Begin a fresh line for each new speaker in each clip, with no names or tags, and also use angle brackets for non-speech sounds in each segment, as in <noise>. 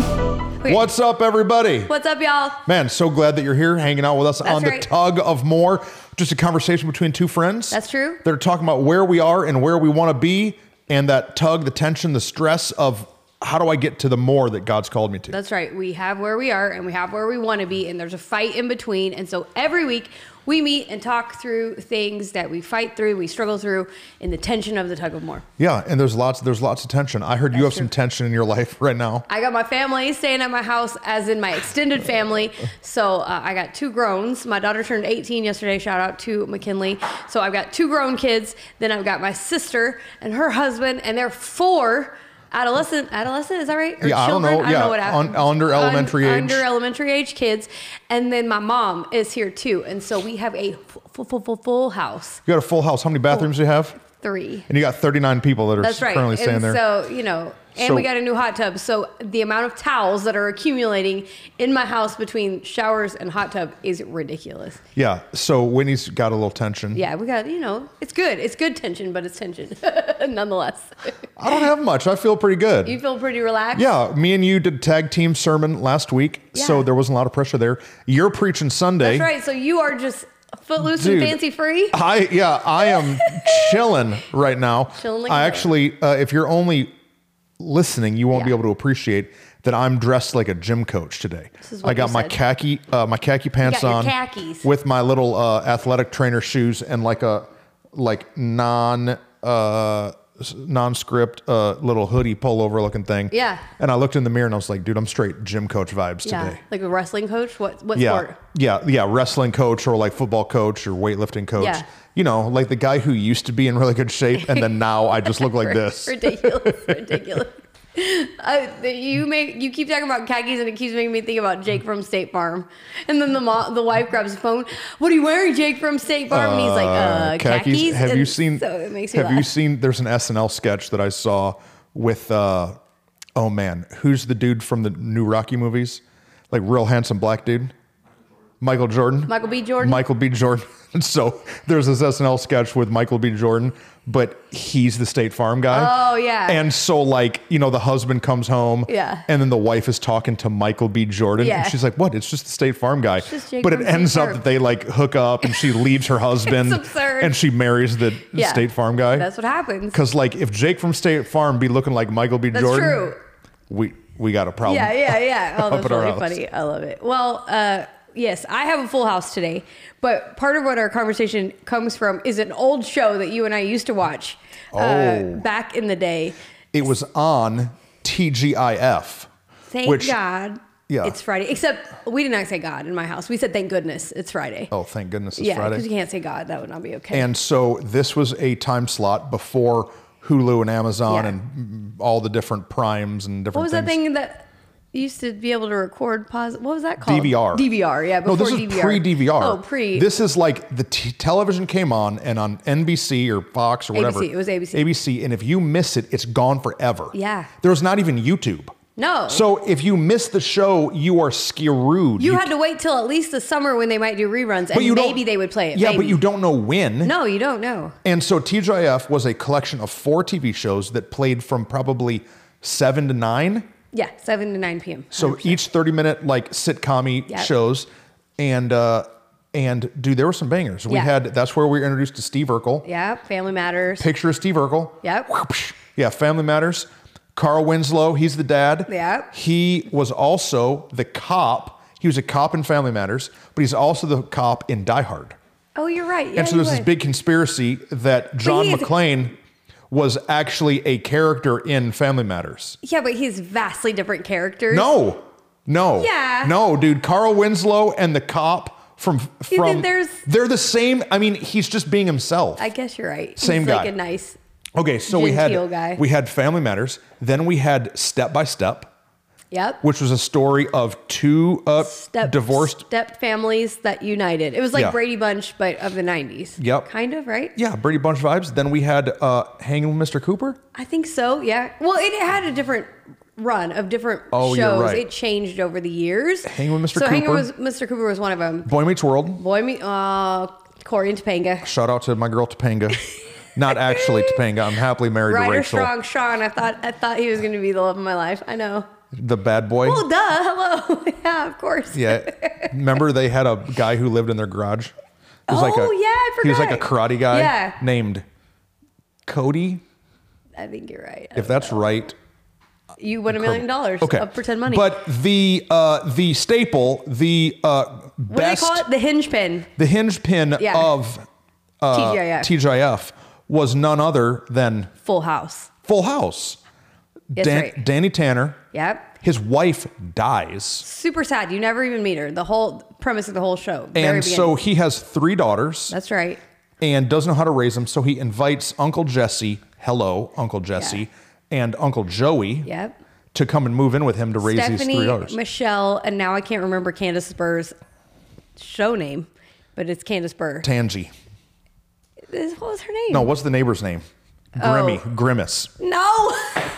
Weird.
What's up, everybody?
What's up, y'all?
Man, so glad that you're here hanging out with us
That's
on the
right.
Tug of More. Just a conversation between two friends.
That's true.
They're talking about where we are and where we want to be and that tug, the tension, the stress of how do I get to the more that God's called me to.
That's right. We have where we are and we have where we want to be, and there's a fight in between. And so every week we meet and talk through things that we fight through, we struggle through in the tension of the tug of war.
yeah, and there's lots there's lots of tension. I heard you have
That's
some
true.
tension in your life <laughs> right now.
I got my family staying at my house, as in my extended family. So uh, I got two growns. My daughter turned 18 yesterday. Shout out to McKinley. So I've got two grown kids. Then I've got my sister and her husband, and they're four adolescent. Adolescent is that right? Or
Yeah, I don't know.
I don't
Yeah,
know what happened.
un- under elementary age.
Under elementary age kids, and then my mom is here too, and so we have a full, full, full, full house.
You got a full house. How many bathrooms do you have?
Three.
And you got 39 people that are
That's right.
currently staying
and
there.
so, you know, and
So-
we got a new hot tub. So the amount of towels that are accumulating in my house between showers and hot tub is ridiculous.
yeah. So Whitney's got a little tension.
Yeah, we got, you know, it's good. It's good tension, but it's tension <laughs> nonetheless.
I don't have much. I feel pretty good.
You feel pretty relaxed.
Yeah, me and you did tag team sermon last week, so
Yeah.
there wasn't a lot of pressure there. You're preaching Sunday.
That's right. So you are just footloose
Dude.
and
<laughs>
fancy free.
I yeah, I am chilling right now.
Chilling like
I
a-
actually, uh, if you're only listening, you won't be
Yeah.
able to appreciate that I'm dressed like a gym coach today.
is what
I got
you
my
said.
khaki, uh, my khaki pants
got your
on,
khakis.
with my little uh, athletic trainer shoes and like a like non. Uh, s- nondescript uh, little hoodie pullover looking thing.
Yeah.
And I looked in the mirror and I was like, dude, I'm straight gym coach vibes
Yeah.
today.
Like a wrestling coach. What, what
yeah,
sport?
yeah, yeah. Wrestling coach or like football coach or weightlifting coach.
Yeah.
You know, like the guy who used to be in really good shape and then now I
<laughs>
just look like this.
Ridiculous. ridiculous. <laughs> Uh, the- you make you keep talking about khakis and it keeps making me think about Jake from State Farm. And then the mo- the wife grabs the phone. What are you wearing, Jake from State Farm? and he's like, uh, khakis.
Have you
And
seen?
So it makes me
have
laugh.
you seen? There's an SNL sketch that I saw with. uh Oh man, who's the dude from the new Rocky movies? Like real handsome black dude, Michael Jordan.
Michael B. Jordan?
Michael B. Jordan. <laughs> so there's this SNL sketch with Michael B. Jordan, but he's the State Farm guy.
Oh, yeah.
And so like you know the husband comes home.
Yeah.
And then the wife is talking to Michael B. Jordan,
Yeah.
and she's like, "What? It's just the State Farm guy."
just Jake
but it
from State
ends up
Farm.
that they like hook up, and she leaves her husband,
<laughs> It's absurd.
and she marries the
Yeah.
State Farm guy.
That's what happens.
Because like if Jake from State Farm be looking like Michael B.
That's
Jordan,
true.
we we got a problem.
Yeah,
<laughs>
yeah, yeah. Oh,
Up
that's
at our
really
house.
funny. I love it. Well, uh, yes, I have a full house today, but part of what our conversation comes from is an old show that you and I used to watch uh,
Oh.
back in the day.
It was on TGIF.
Thank
which-
God.
Yeah.
It's Friday. Except we did not say God in my house. We said thank goodness it's Friday.
Oh, thank goodness it's
yeah,
Friday.
because you can't say God. That would not be okay.
And so this was a time slot before Hulu and Amazon
Yeah.
and mm, all the different primes and different
what was
things.
that thing that you used to be able to record pause? What was that called?
DVR.
DVR. Yeah.
No,
Before
this is
DVR.
pre DVR.
Oh, pre.
This is like the t- television came on and on NBC or Fox or whatever.
ABC, it was ABC.
ABC, and if you miss it, it's gone forever.
Yeah.
There's not even YouTube.
no.
So if you miss the show, you are skewed.
you, had to wait till at least the summer when they might do reruns, and
but you don't-
maybe they would play it.
Yeah, but
maybe.
you don't know when.
No, you don't know.
And so TGIF was a collection of four TV shows that played from probably seven to nine.
Yeah, seven to nine p.m.
So each 30 minute like sitcom
Yep.
shows. And uh and dude, there were some bangers. We
Yeah.
had that's where we were introduced to Steve Urkel.
Yeah, Family Matters.
Picture of Steve Urkel.
Yep.
Whoopsh. <laughs> Yeah, Family Matters. Carl Winslow, he's the dad.
Yep.
He was also the cop. He was a cop in Family Matters, but he's also the cop in Die Hard.
Oh, you're right. Yeah,
And so
you
there's this
would.
big conspiracy that John
he is-
McClane was actually a character in Family Matters.
Yeah, but he's vastly different characters.
No, no,
Yeah.
no, dude. Carl Winslow and the cop from
You
from
think there's-
they're the same. I mean, he's just being himself.
I guess you're right.
Same
he's Like
guy.
a nice.
okay, so we had
Genteel guy.
we had Family Matters, then we had Step by Step,
Yep.
which was a story of two uh, divorced.
step families that united. It was like
Yeah.
Brady Bunch, but of the '90s.
Yep.
kind of right.
Yeah, Brady Bunch vibes. Then we had uh, Hanging with Mr. Cooper.
I think so. Yeah. Well, it had a different run of different
Oh, you're
shows.
right.
It changed over the years.
Hanging with Mr.
So Hanging
Cooper.
with Mr. Cooper was one of them.
Boy Meets World.
Boy, me, uh, Corey and Topanga.
Shout out to my girl
<laughs>
Topanga. Not actually Topanga. I'm happily married to
Ryder
Rachel.
Strong, Sean. I thought I thought he was going to be the love of my life. I know.
the bad boy.
Well, duh. Hello. <laughs> yeah, of course.
Yeah. Remember they had a guy who lived in their garage? It was like a,
Oh, yeah, I
He was like a
forgot.
karate guy
Yeah.
named Cody.
I think you're right.
If that's right.
you won a Uh, million dollars
Okay.
of pretend money.
But the uh, the staple, the uh,
what do they
best,
call it? The hinge pin.
the hinge pin
Yeah.
of uh,
TGIF.
TGIF was none other than
Full House.
Full House.
That's
Dan-
right.
Danny Tanner.
Yep.
His wife dies.
Super sad. You never even meet her. The whole premise of the whole show. Very
and so
beginning.
he has three daughters
that's right.
and doesn't know how to raise them. So he invites Uncle Jesse, hello, Uncle Jesse, and Uncle Joey
Yep.
to come and move in with him to raise these three
Stephanie,
daughters.
Michelle, and now I can't remember Candace Burr's show name, but it's Candace Burr.
Tangy.
This- What was her name?
No, what's the neighbor's name? Grimmy. Grimace.
No. <laughs>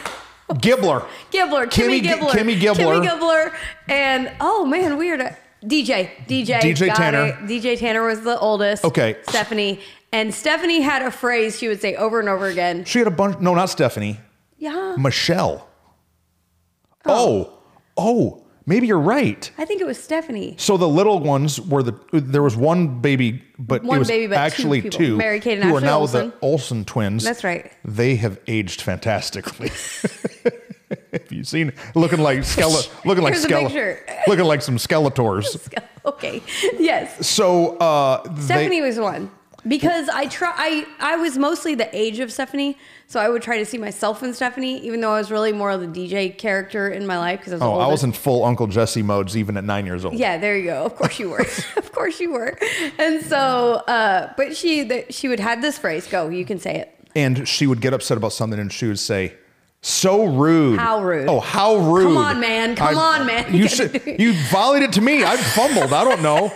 Gibbler.
Gibbler. Kimmy,
Kimmy Gi-
Gibbler.
Kimmy Gibbler.
Kimmy Gibbler. And oh man, weird. DJ. DJ.
DJ
got
Tanner.
it. DJ Tanner was the oldest.
Okay.
Stephanie. And Stephanie had a phrase she would say over and over again.
She had a bunch. No, not Stephanie.
Yeah.
Michelle. Oh. Oh. Maybe you're right.
I think it was Stephanie. <laughs>
So the little ones were the there was one baby, but
One
it was
baby, but two
actually two,
people. Mary Kate and
who are
Ashley
now
Olsen.
the Olsen twins.
That's right.
They have aged fantastically. <laughs> have you seen looking like
<laughs>
skele- looking like
Here's a
skele-
picture.
looking like some Skeletors?
Okay. Yes.
So uh,
Stephanie
they,
was one because I try. I I was mostly the age of Stephanie, so I would try to see myself in Stephanie, even though I was really more of the DJ character in my life because I was.
oh,
the
I was
oldest.
in full Uncle Jesse modes even at nine years old.
Yeah, there you go. Of course you were. <laughs> of course you were. And so, uh, but she that she would have this phrase. Go, you can say it.
and she would get upset about something and she would say so rude
How rude.
oh how rude
on, man. Come on, man. <laughs>
you should you volleyed it to me i fumbled i don't know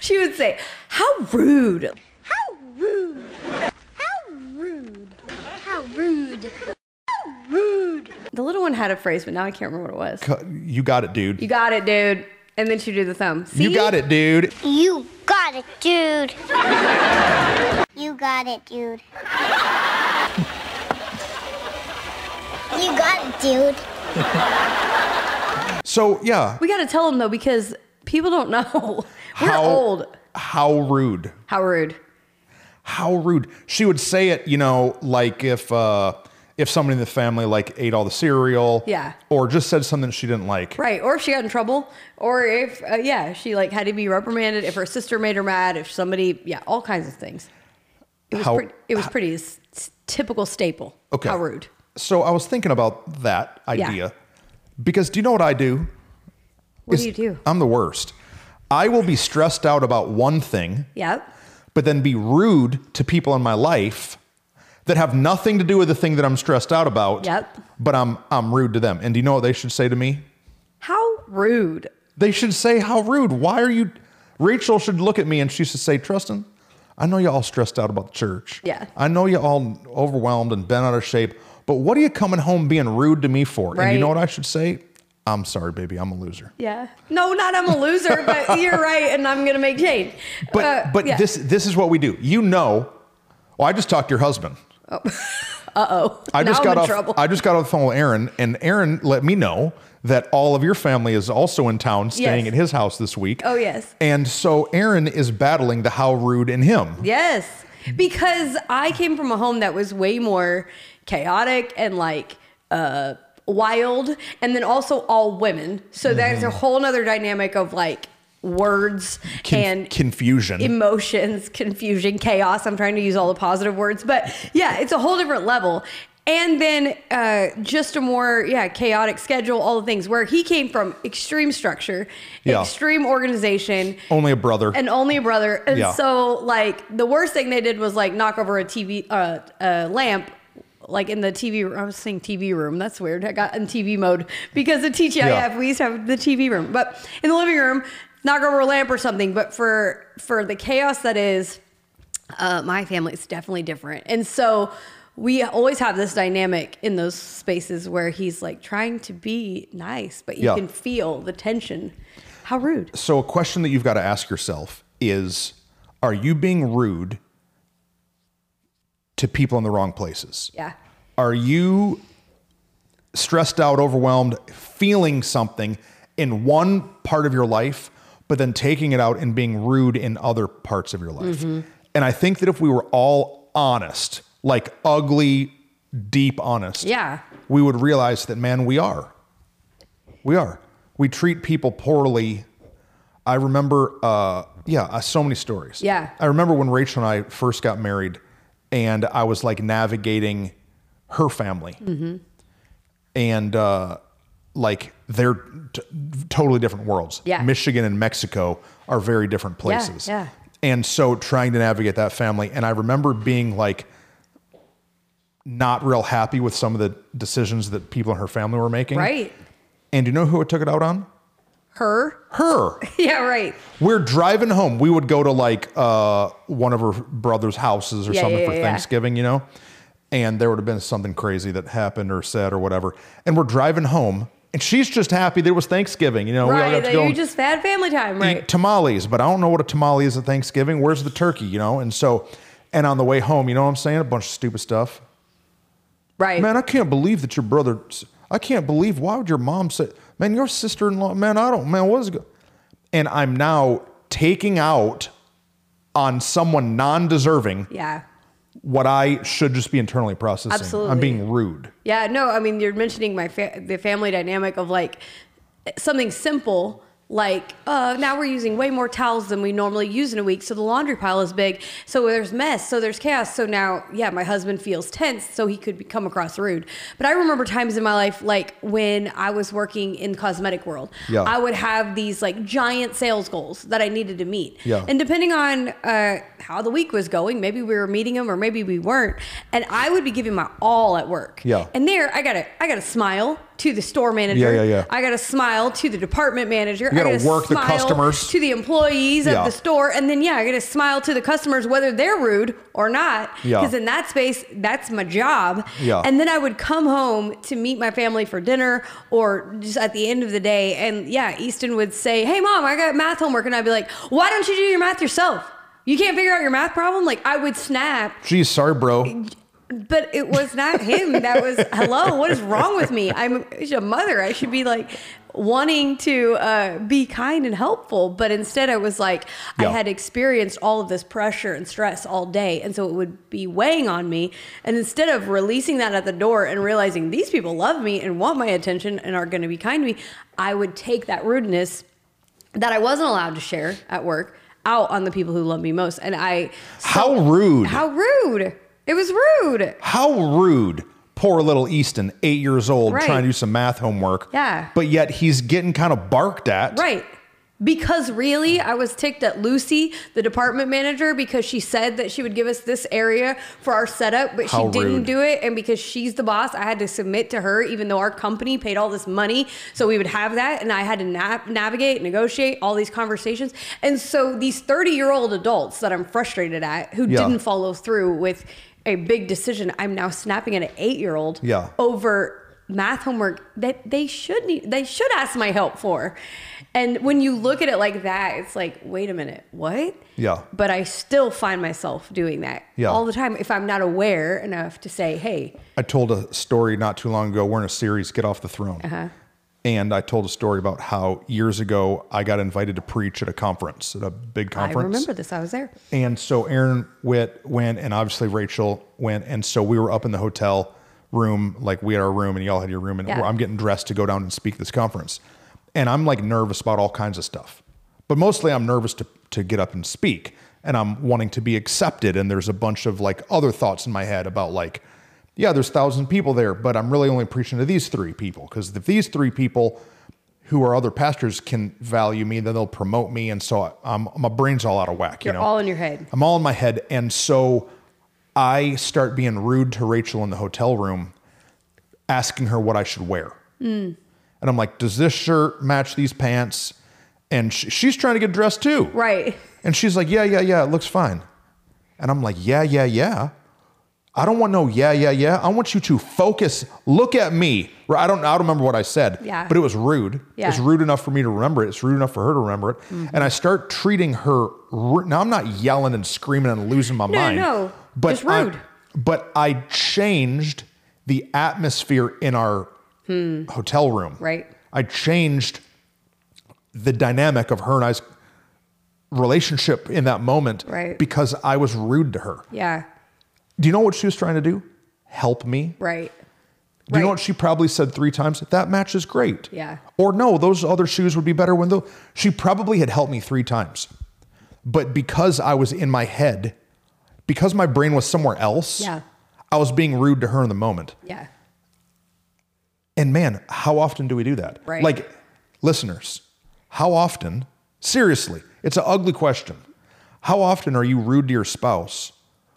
She would say, "How rude."
How rude! How rude! How rude! How rude!
The little one had a phrase, but now I can't remember what it was.
you got it dude
You
you,
got it, dude. And then she would do the thumb. See?
got it dude
You got it, dude! you got it, dude. you got it, dude.
so yeah
We got to tell them though because people don't <laughs> know. We're
how
old.
how rude
How rude.
how rude she would say it you know like if uh if somebody in the family like ate all the cereal
Yeah.
or just said something she didn't like
Right. Or if she got in trouble, or if, uh, yeah, she like had to be reprimanded, if her sister made her mad, if somebody, yeah, all kinds of things. It was,
How-
pretty, it was pretty s- s- typical staple.
Okay.
How rude.
So I was thinking about that
Yeah.
idea because do you know what I do?
What
Is-
do you do?
I'm the worst. I will be stressed out about one thing,
Yep.
but then be rude to people in my life that have nothing to do with the thing that I'm stressed out about.
Yep.
But I'm I'm rude to them. And do you know what they should say to me?
How rude.
They should say, "How rude! Why are you?" Rachel should look at me and she should say, "Tristan, I know you all stressed out about the church.
Yeah.
I know you all overwhelmed and bent out of shape. But what are you coming home being rude to me for?" And you know
Right.
what I should say? I'm sorry, baby. I'm a loser.
Yeah. No, not I'm a loser, but you're right, and I'm going to make change.
But
Uh,
but
yeah.
this this is what we do. You know. Well, I just talked to your husband.
Uh-oh.
I
<laughs> now
just
I'm
got
in
off.
trouble.
I just got off the phone with Aaron, and Aaron let me know that all of your family is also in town, staying
Yes.
at his house this week.
Oh, yes.
And so Aaron is battling the how rude in him.
Yes,
Mm-hmm.
because I came from a home that was way more chaotic and like uh, wild, and then also all women. So there's a whole nother dynamic of like words
Mm-hmm. Conf-
and
confusion.
emotions, confusion, chaos. I'm trying to use all the positive words, but yeah, it's a whole different level. And then uh, just a more yeah chaotic schedule, all the things where he came from extreme structure,
Yeah.
extreme organization,
Only a brother.
and only a brother. And
Yeah.
so like the worst thing they did was like knock over a TV uh, a lamp like in the TV room. I was saying TV room. That's weird. I got in TV mode because of TGIF
Yeah.
we used to have the TV room. But in the living room, knock over a lamp or something. But for for the chaos that is uh, my family is definitely different. And so we always have this dynamic in those spaces where he's like trying to be nice, but you
Yeah.
can feel the tension. How rude.
so a question that you've got to ask yourself is are you being rude to people in the wrong places?
Yeah.
Are you stressed out, overwhelmed, feeling something in one part of your life, but then taking it out and being rude in other parts of your life. And I think that if we were all honest, like ugly, deep honest,
Yeah.
we would realize that, man, we are. We are. We treat people poorly. I remember, uh, yeah, uh, so many stories.
Yeah.
I remember when Rachel and I first got married, and I was like navigating her family,
Mm-hmm.
and uh, like they're t- totally different worlds.
Yeah.
Michigan and Mexico are very different places.
yeah.
And so trying to navigate that family, and I remember being like not real happy with some of the decisions that people in her family were making.
Right.
And you know who it took it out on?
Her. <laughs>
Her.
Yeah, right.
We're driving home. We would go to like uh, one of her brother's houses or
Yeah,
something
yeah,
for
yeah, yeah.
Thanksgiving, you know? And there would have been something crazy that happened or said or whatever. And we're driving home and she's just happy that it was Thanksgiving, you know? we all
right.
got
That
to go E
you
and
just had family time,
eat
right?
tamales, but I don't know what a tamale is at Thanksgiving. Where's the turkey, you know? And so, and on the way home, you know what I'm saying? A bunch of stupid stuff.
Right.
Man, I can't believe that your brother. I can't believe why would your mom say, man, your sister in law, man, I don't, man, what is go-" And I'm now taking out on someone non deserving
yeah.
what I should just be internally processing. I'm
Absolutely.
being rude.
Yeah, no, I mean, you're mentioning my fa- the family dynamic of like something simple like uh, now we're using way more towels than we normally use in a week so the laundry pile is big so there's mess so there's chaos so now yeah my husband feels tense so he could be, come across rude but i remember times in my life like when i was working in cosmetic world
Yeah.
i would have these like giant sales goals that i needed to meet
Yeah.
and depending on uh, how the week was going maybe we were meeting them or maybe we weren't and i would be giving my all at work
Yeah.
and there, I got to I got to smile to the store manager.
Yeah, yeah, yeah.
I got to smile to the department manager.
You
I
gotta
gotta
work the
smile
customers.
to the employees
Yeah.
of the store, and then yeah, I got to smile to the customers whether they're rude or not.
Yeah.
Because in that space, that's my job.
Yeah.
And then I would come home to meet my family for dinner or just at the end of the day, and yeah, Easton would say, "Hey, mom, I got math homework," and I'd be like, "Why don't you do your math yourself?" You can't figure out your math problem? Like, I would snap
Geez, sorry, bro.
but it was not him. That was hello. What is wrong with me? I'm a mother. I should be like wanting to uh, be kind and helpful, but instead I was like
Yeah.
I had experienced all of this pressure and stress all day, and so it would be weighing on me. And instead of releasing that at the door and realizing these people love me and want my attention and are going to be kind to me, I would take that rudeness that I wasn't allowed to share at work out on the people who love me most, and I
How rude.
how rude. It was rude.
How rude. Poor little Easton, eight years old,
Right.
trying to do some math homework.
Yeah.
But yet he's getting kind of barked at.
Right. Because really, I was ticked at Lucy, the department manager, because she said that she would give us this area for our setup, but
How
she didn't
rude.
do it. And because she's the boss, I had to submit to her, even though our company paid all this money. So we would have that. And I had to nav- navigate, negotiate all these conversations. And so these 30 year old adults that I'm frustrated at who
Yeah.
didn't follow through with a big decision, I'm now snapping at an eight year old
Yeah.
over math homework that they should need they should ask my help for and when you look at it like that it's like wait a minute what
Yeah.
but i still find myself doing that
Yeah.
all the time if i'm not aware enough to say hey
I told a story not too long ago. We're in a series, Get Off the Throne.
Uh-huh.
And I told a story about how years ago I got invited to preach at a conference, at a big
i
conference.
remember this i was there
And so Aaron Witt went, and obviously Rachel went. And so we were up in the hotel room, like we had our room, and y'all had your room. And
Yeah.
I'm getting dressed to go down and speak this conference. And I'm like nervous about all kinds of stuff. But mostly I'm nervous to, to get up and speak. And I'm wanting to be accepted. And there's a bunch of like other thoughts in my head about like, yeah, there's thousand people there, but I'm really only preaching to these three people. Because if these three people who are other pastors can value me, then they'll promote me. And so I, I'm, my brain's all out of whack.
you're
you know?
all in your head
I'm all in my head. And so I start being rude to Rachel in the hotel room, asking her what I should wear. And I'm like, does this shirt match these pants? And sh- she's trying to get dressed too.
right
And she's like, yeah, yeah, yeah, it looks fine. And I'm like, yeah, yeah, yeah. I don't want no yeah, yeah, yeah. I want you to focus, look at me. Or I don't I don't remember what I said.
Yeah.
But it was rude.
Yeah. Mm-hmm.
It's rude enough for me to remember it. It's rude enough for her to remember it. And I start treating her ru- now I'm not yelling and screaming and losing my
no,
mind.
no.
But
Just
I-
rude.
but I changed the atmosphere in our hotel room.
Hmm. Right.
I changed the dynamic of her and I's relationship in that moment
Right.
because I was rude to her.
Yeah.
Do you know what she was trying to do? Help me.
Right.
Do you know
Right.
what she probably said three times? That match is great.
Yeah.
Or no, those other shoes would be better when though she probably had helped me three times. But because I was in my head, because my brain was somewhere else,
Yeah.
I was being rude to her in the moment.
Yeah.
And man, how often do we do that?
Right.
Like, listeners, how often, seriously, it's an ugly question. How often are you rude to your spouse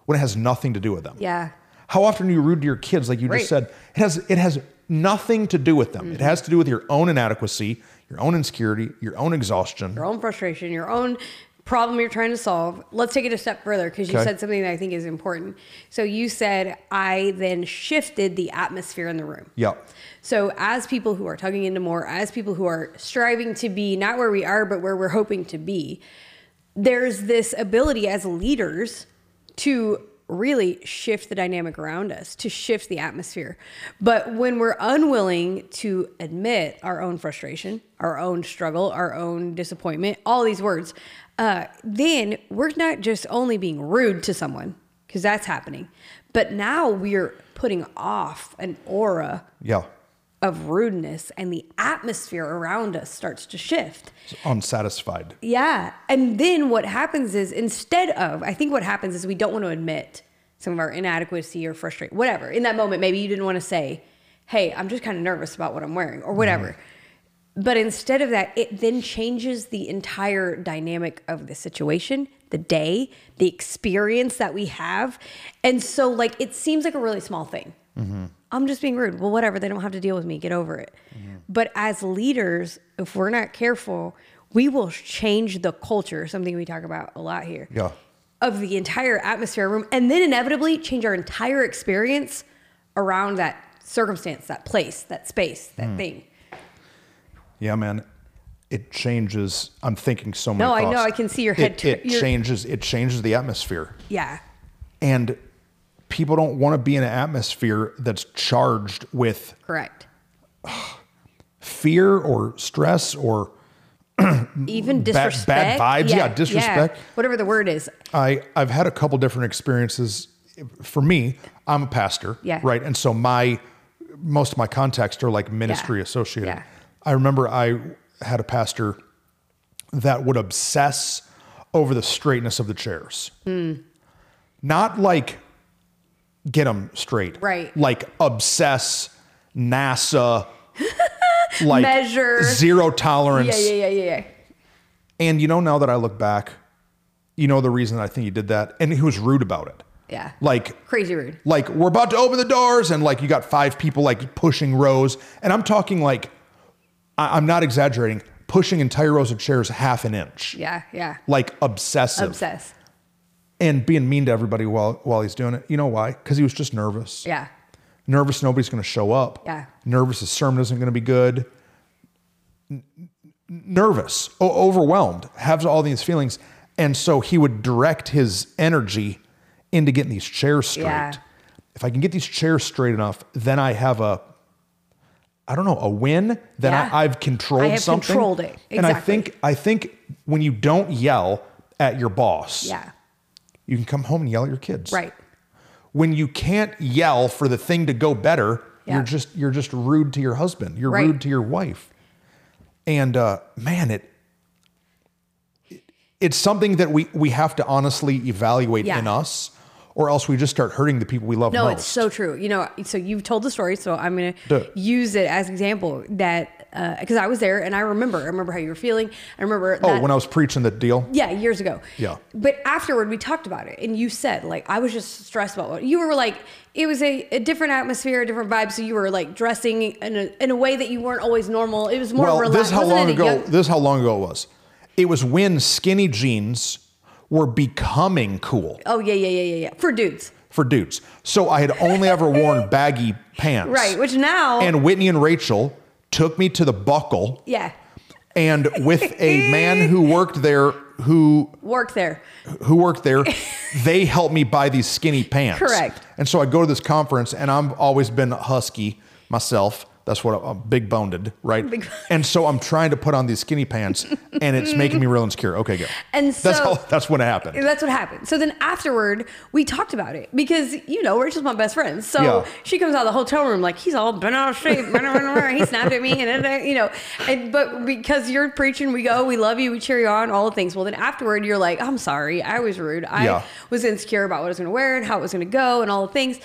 when it has nothing to do with them?
Yeah.
How often are you rude to your kids, like you
Right. Mm-hmm.
just said? It has it has nothing to do with them. It has to do with your own inadequacy, your own insecurity, your own exhaustion.
Your own frustration, your own problem you're trying to solve. Let's take it a step further because you
Okay.
said something that I think is important. So you said, I then shifted the atmosphere in the room.
yeah.
So, as people who are tugging into more, as people who are striving to be not where we are, but where we're hoping to be, there's this ability as leaders to really shift the dynamic around us, to shift the atmosphere. But when we're unwilling to admit our own frustration, our own struggle, our own disappointment, all these words, uh, then we're not just only being rude to someone, because that's happening, but now we're putting off an aura
Yeah.
of rudeness and the atmosphere around us starts to shift.
It's unsatisfied.
Yeah. And then what happens is instead of, I think what happens is we don't want to admit some of our inadequacy or frustration, whatever. In that moment, maybe you didn't want to say, hey, I'm just kind of nervous about what I'm wearing or whatever. But instead of that, it then changes the entire dynamic of the situation, the day, the experience that we have. And so, like, it seems like a really small thing. I'm just being rude. Well, whatever. They don't have to deal with me. Get over it. But as leaders, if we're not careful, we will change the culture, something we talk about a lot here,
Yeah.
of the entire atmosphere room, and then inevitably change our entire experience around that circumstance, that place, that space, that thing.
Yeah, man. It changes. I'm thinking so much.
No, I know, I can see your head
It,
tur-
it
your-
changes. It changes the atmosphere.
Yeah.
and people don't want to be in an atmosphere that's charged with
Correct.
fear or stress or
Even
bad
disrespect.
vibes. Yeah, disrespect.
Whatever the word is.
I I've had a couple different experiences for me I'm a pastor
Yeah.
right and so my most of my contacts are like ministry
Yeah.
associated
Yeah.
I remember I had a pastor that would obsess over the straightness of the chairs
Hmm.
not like get them straight
Right.
like obsess
<laughs>
NASA like
Measure.
zero tolerance
Yeah, yeah, yeah, yeah, yeah.
and you know, now that I look back, you know the reason I think he did that, and he was rude about it.
Yeah.
Like,
Crazy rude.
like we're about to open the doors, and like you got five people like pushing rows, and I'm talking like, I- I'm not exaggerating, pushing entire rows of chairs half an inch.
Yeah, yeah.
Like obsessive
Obsessed.
and being mean to everybody while while he's doing it. You know why? Because he was just nervous.
Yeah.
Nervous, nobody's going to show up.
Yeah.
Nervous, his sermon isn't going to be good. N- n- nervous, o- overwhelmed, has all these feelings. And so he would direct his energy into getting these chairs straight.
Yeah.
If I can get these chairs straight enough, then I have a, I don't know, a win. Then
Yeah.
I, I've controlled
I have
something.
controlled it.
And I
Exactly.
think I think when you don't yell at your boss,
Yeah.
you can come home and yell at your kids
Right.
when you can't yell for the thing to go better,
Yeah.
you're just you're just rude to your husband. You're
Right.
rude to your wife. And uh, man, it, it- it's something that we we have to honestly evaluate
Yeah.
in us, or else we just start hurting the people we love
No,
most.
it's so true. You know, so you've told the story, so I'm gonna
Do it.
use it as example that because I was there and I remember, I remember how you were feeling. I remember.
oh,
that,
when I was preaching the deal,
yeah, years ago.
Yeah.
But afterward, we talked about it, and you said like I was just stressed about what you were like. It was a, a different atmosphere, a different vibe. So you were like dressing in a, in a way that you weren't always normal. It was more
well,
relaxed.
this is how
Wasn't
long
it a
ago.
young-
This is how long ago it was. It was when skinny jeans were becoming cool.
oh yeah, yeah, yeah, yeah, yeah. For dudes,
for dudes. So I had only ever
<laughs>
worn baggy pants.
Right, which now-
And Whitney and Rachel took me to the buckle
yeah,
and with a man
<laughs>
who worked there who
work there.
who worked there, they helped me buy these skinny pants.
Correct.
And so I go to this conference and I've always been husky myself. That's what I'm big boned, right? <laughs> and so I'm trying to put on these skinny pants, and it's making me real insecure. Okay, go. <laughs>
And
that's how,
so-
that's what happened.
<laughs> That's what happened. So then afterward, we talked about it because you know Rachel's my best friend. So
Yeah.
she comes out of the hotel room like he's all bent out of shape. he snapped at me, and then, you know, and, but because you're preaching, we go, we love you, we cheer you on, all the things. Well, then afterward, you're like, I'm sorry, I was rude. I
Yeah.
was insecure about what I was going to wear and how it was going to go and all the things.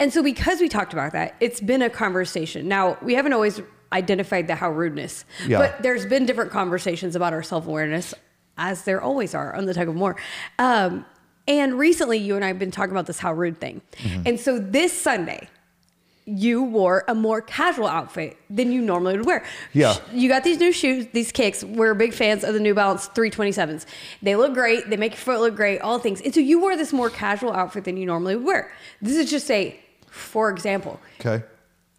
And so because we talked about that, it's been a conversation. Now we haven't always identified the how rudeness,
Yeah.
but there's been different conversations about our self awareness, as there always are on the tug of war. Um, and recently, you and I have been talking about this how rude thing. And so this Sunday, you wore a more casual outfit than you normally would wear.
Yeah.
You got these new shoes, these kicks. We're big fans of the New Balance 327s. They look great. They make your foot look great, all things. And so you wore this more casual outfit than you normally would wear. This is just a, for example,
okay.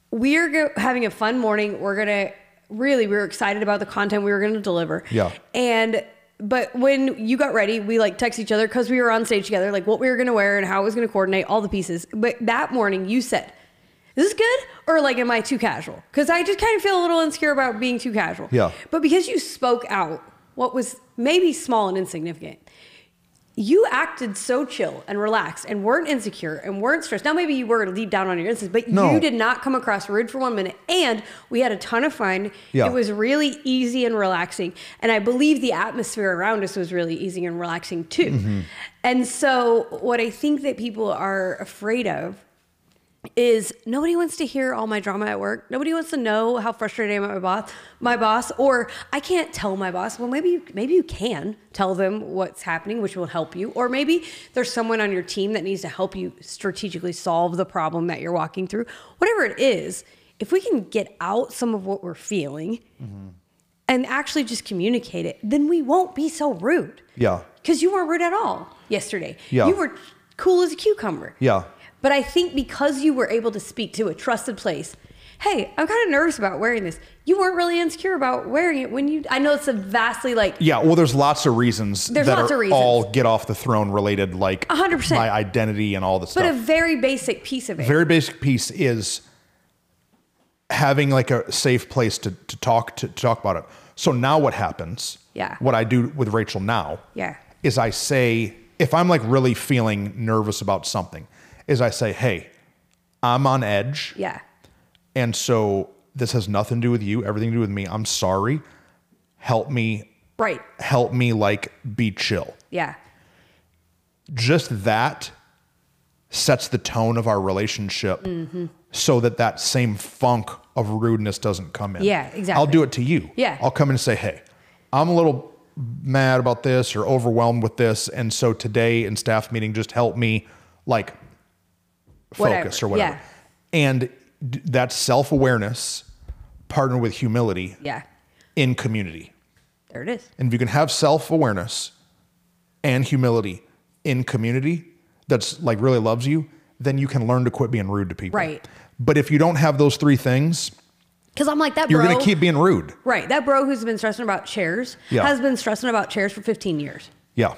we're go- having a fun morning. We're gonna really we were excited about the content we were gonna deliver.
Yeah.
And but when you got ready, we like text each other because we were on stage together, like what we were gonna wear and how it was gonna coordinate all the pieces. But that morning, you said. Is this good or like am I too casual? Because I just kind of feel a little insecure about being too casual.
Yeah.
But because you spoke out what was maybe small and insignificant, you acted so chill and relaxed and weren't insecure and weren't stressed. Now, maybe you were deep down on your instance, but
No.
you did not come across rude for one minute. And we had a ton of fun.
Yeah.
It was really easy and relaxing. And I believe the atmosphere around us was really easy and relaxing too. And so, what I think that people are afraid of is nobody wants to hear all my drama at work. Nobody wants to know how frustrated I am at my boss, my boss, or I can't tell my boss. Well, maybe you, maybe you can tell them what's happening, which will help you, or maybe there's someone on your team that needs to help you strategically solve the problem that you're walking through. Whatever it is, if we can get out some of what we're feeling
Mm-hmm.
and actually just communicate it, then we won't be so rude.
Yeah.
Because you weren't rude at all yesterday.
Yeah.
You were cool as a cucumber.
Yeah.
But I think because you were able to speak to a trusted place, hey, I'm kind of nervous about wearing this. You weren't really insecure about wearing it when you. I know it's a vastly like.
Yeah, well, there's lots of reasons
There's
that
lots
are
of reasons.
all get off the throne related, like
100%.
my identity and all the
But a
stuff.
very basic piece of it.
very basic piece is having like a safe place to, to talk to, to talk about it. So now what happens?
Yeah.
What I do with Rachel now
Yeah.
is I say if I'm like really feeling nervous about something, is I say, hey, I'm on edge.
yeah.
And so this has nothing to do with you, everything to do with me. I'm sorry. Help me
Right.
help me like be chill.
Yeah.
Just that sets the tone of our relationship so that that same funk of rudeness doesn't come in.
Yeah, exactly.
I'll do it to you.
Yeah.
I'll come in and say, "Hey, I'm a little mad about this or overwhelmed with this, and so today in staff meeting just help me like
Whatever,
focus or whatever."
yeah.
And d- that's self-awareness partnered with humility
Yeah.
in community.
There it is.
And if you can have self awareness and humility in community that's like really loves you, then you can learn to quit being rude to people.
Right.
But if you don't have those three things,
Because I'm like that.
you're
bro,
going to keep being rude.
Right. That bro who's been stressing about chairs
Yeah.
has been stressing about chairs for 15 years.
Yeah.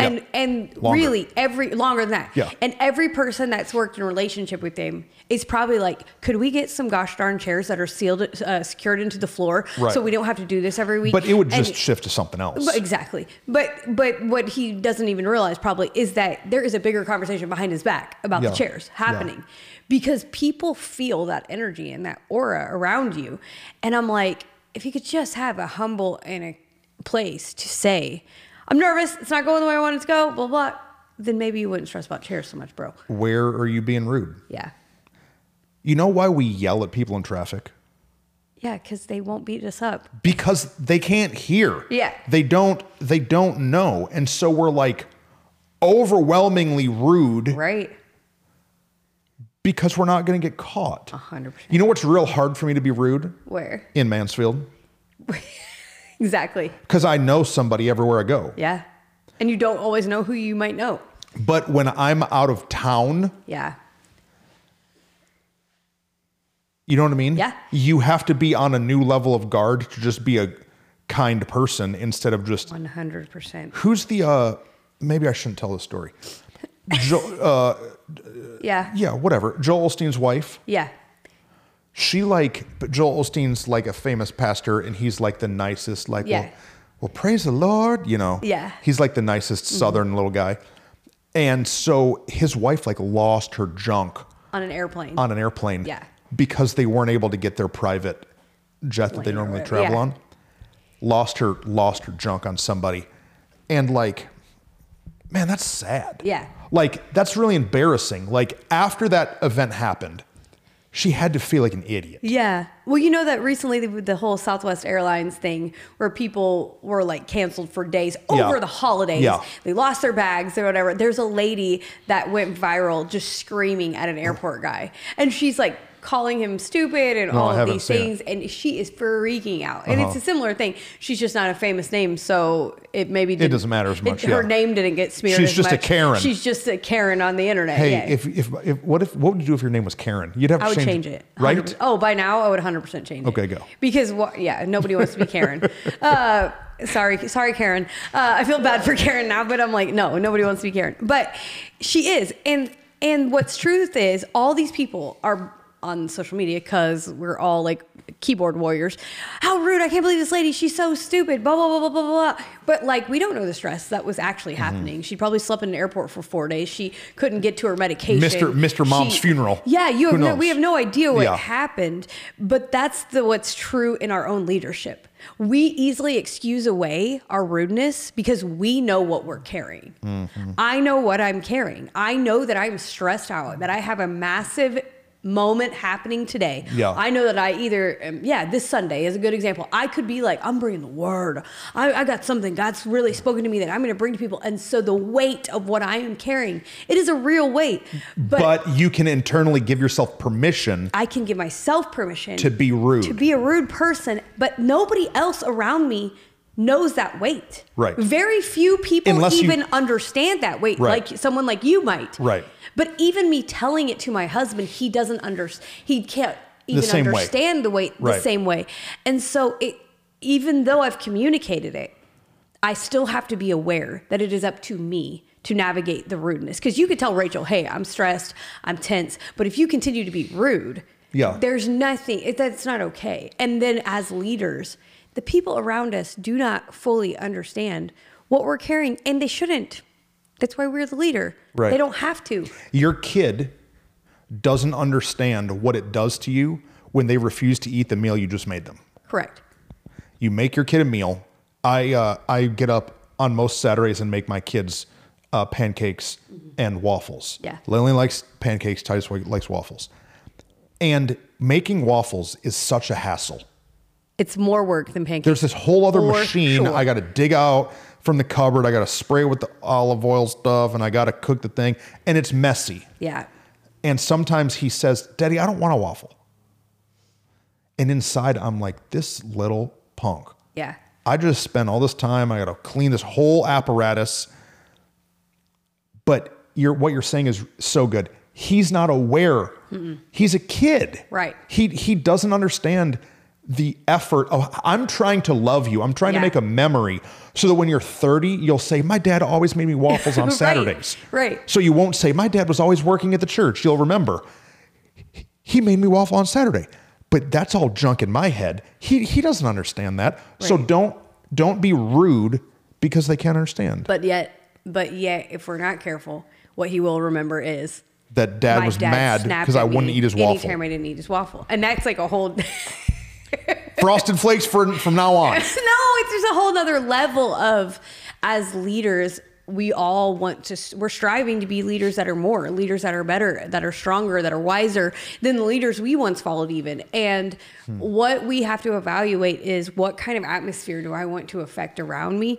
and
yeah.
and
Longer.
really every longer than that
Yeah.
and every person that's worked in a relationship with him is probably like could we get some gosh darn chairs that are sealed uh, secured into the floor
Right.
so we don't have to do this every week
but it would
And-
just shift to something else.
but exactly but but what he doesn't even realize probably is that there is a bigger conversation behind his back about
Yeah.
the chairs happening because people feel that energy and that aura around you and i'm like if you could just have a humble and a place to say i'm nervous it's not going the way i want it to go blah blah then maybe you wouldn't stress about chairs so much bro
Where are you being rude?
yeah
You know why we yell at people in traffic?
yeah because they won't beat us up
because they can't hear.
Yeah.
They don't they don't know. And so we're like overwhelmingly rude
right
because we're not going to get caught.
100%
You know what's real hard for me to be rude?
where
In Mansfield.
exactly
Because I know somebody everywhere I go.
yeah and you don't always know who you might know
But when I'm out of town,
yeah
you know what I mean?
Yeah.
You have to be on a new level of guard to just be a kind person instead of just
100%.
who's the uh maybe I shouldn't tell this story. Jo- uh,
<laughs> Yeah.
yeah, whatever. Joel Osteen's wife.
Yeah.
She like, but Joel Osteen's like a famous pastor, and he's like the nicest. Like,
Yeah.
well, well, praise the Lord, you know.
Yeah. Mm-hmm.
He's like the nicest Southern little guy, and so his wife like lost her junk
on an airplane.
on an airplane.
Yeah.
Because they weren't able to get their private jet that they
Plane or
normally
whatever.
travel
Yeah.
on. Lost her lost her junk on somebody. And like man, that's sad.
Yeah.
Like that's really embarrassing. Like after that event happened, she had to feel like an idiot.
yeah. Well, you know that recently the, the whole Southwest Airlines thing where people were like canceled for days
Yeah.
over the holidays.
Yeah.
They lost their bags or whatever. There's a lady that went viral just screaming at an airport guy. And she's like calling him stupid and
No,
all
I
of
haven't
these
seen it. Uh-huh.
things. And she is freaking out. And it's a similar thing. She's just not a famous name. So it maybe didn't,
doesn't matter as much,
Her
yeah.
name didn't get smeared.
She's
as
just a
much.
Karen.
She's just a Karen on the internet.
Hey,
Yeah.
if, if if what if what would you do if your name was Karen? You'd have to
I would change, it. 100%.
Right?
Oh, by now I would 100% change it.
Okay, go.
Because what? Yeah, nobody wants to be Karen.
<laughs>
uh, sorry, sorry, Karen. Uh, I feel bad for Karen now, but I'm like, no, nobody wants to be Karen. But she is, and and what's truth is, all these people are on social media because we're all like keyboard warriors. How rude! I can't believe this lady. She's so stupid. Blah blah blah blah blah blah. But like, we don't know the stress that was actually
Mm-hmm.
happening. She probably slept in an airport for four days. She couldn't get to her medication.
Mr. Mr. Mom's
She-
funeral.
Yeah, you
Who
have no,
knows?
we have no idea what
Yeah.
happened happened but that's the what's true in our own leadership we easily excuse away our rudeness because we know what we're carrying i know what i'm carrying i know that i'm stressed out that i have a massive moment happening today
Yeah.
i know that i either am, yeah this sunday is a good example i could be like i'm bringing the word I, I got something god's really spoken to me that i'm going to bring to people and so the weight of what i am carrying it is a real weight but,
But you can internally give yourself permission
i can give myself permission
to be rude.
to be a rude person, but nobody else around me knows that weight.
Right.
Very few people
Unless you-
even understand that weight,
Right.
like someone like you might.
Right.
But even me telling it to my husband, he doesn't understand. He can't even
same way.
understand the weight the
Right.
same way. And so it, even though I've communicated it, I still have to be aware that it is up to me to navigate the rudeness. Because you could tell Rachel, hey, I'm stressed, I'm tense. But if you continue to be rude,
Yeah.
there's nothing it, that's not okay. And then as leaders, the people around us do not fully understand what we're carrying, and they shouldn't. That's why we're the leader.
Right.
They don't have to.
Your kid doesn't understand what it does to you when they refuse to eat the meal you just made them.
Correct.
You make your kid a meal. I uh, I get up on most Saturdays and make my kids uh, pancakes and waffles.
Yeah.
Lily likes pancakes. Titus wa- likes waffles. And making waffles is such a hassle.
It's more work than pancakes.
There's this whole other
For
machine
sure.
I got to dig out from the cupboard. I got to spray with the olive oil stuff, and I got to cook the thing. And it's messy.
yeah.
And sometimes he says, Daddy, I don't want a waffle. And inside, I'm like, this little punk.
Yeah.
I just spent all this time. I got to clean this whole apparatus. But you're, what you're saying is so good. He's not aware. He's a kid.
Right.
He, he doesn't understand the effort of, I'm trying to love you. I'm trying
Yeah.
to make a memory so that when you're 30, you'll say, My dad always made me
<laughs>
waffles on
Right,
Saturdays.
right.
So you won't say, My dad was always working at the church. You'll remember he made me waffle on Saturday. But that's all junk in my head. He he doesn't understand that. So
Right.
don't don't be rude because they can't understand
But yet, but yet, if we're not careful, what he will remember is
that dad
my
was
dad
mad
snapped
because I
at me
wouldn't eat his waffle.
Anytime I didn't eat his waffle, and that's like a whole.
Frosted flakes for from now
<laughs>
on.
no, it's just a whole nother level of as leaders, we all want to, we're striving to be leaders that are more, leaders that are better, that are stronger, that are wiser than the leaders we once followed, even. And
Hmm.
what we have to evaluate is what kind of atmosphere do I want to affect around me?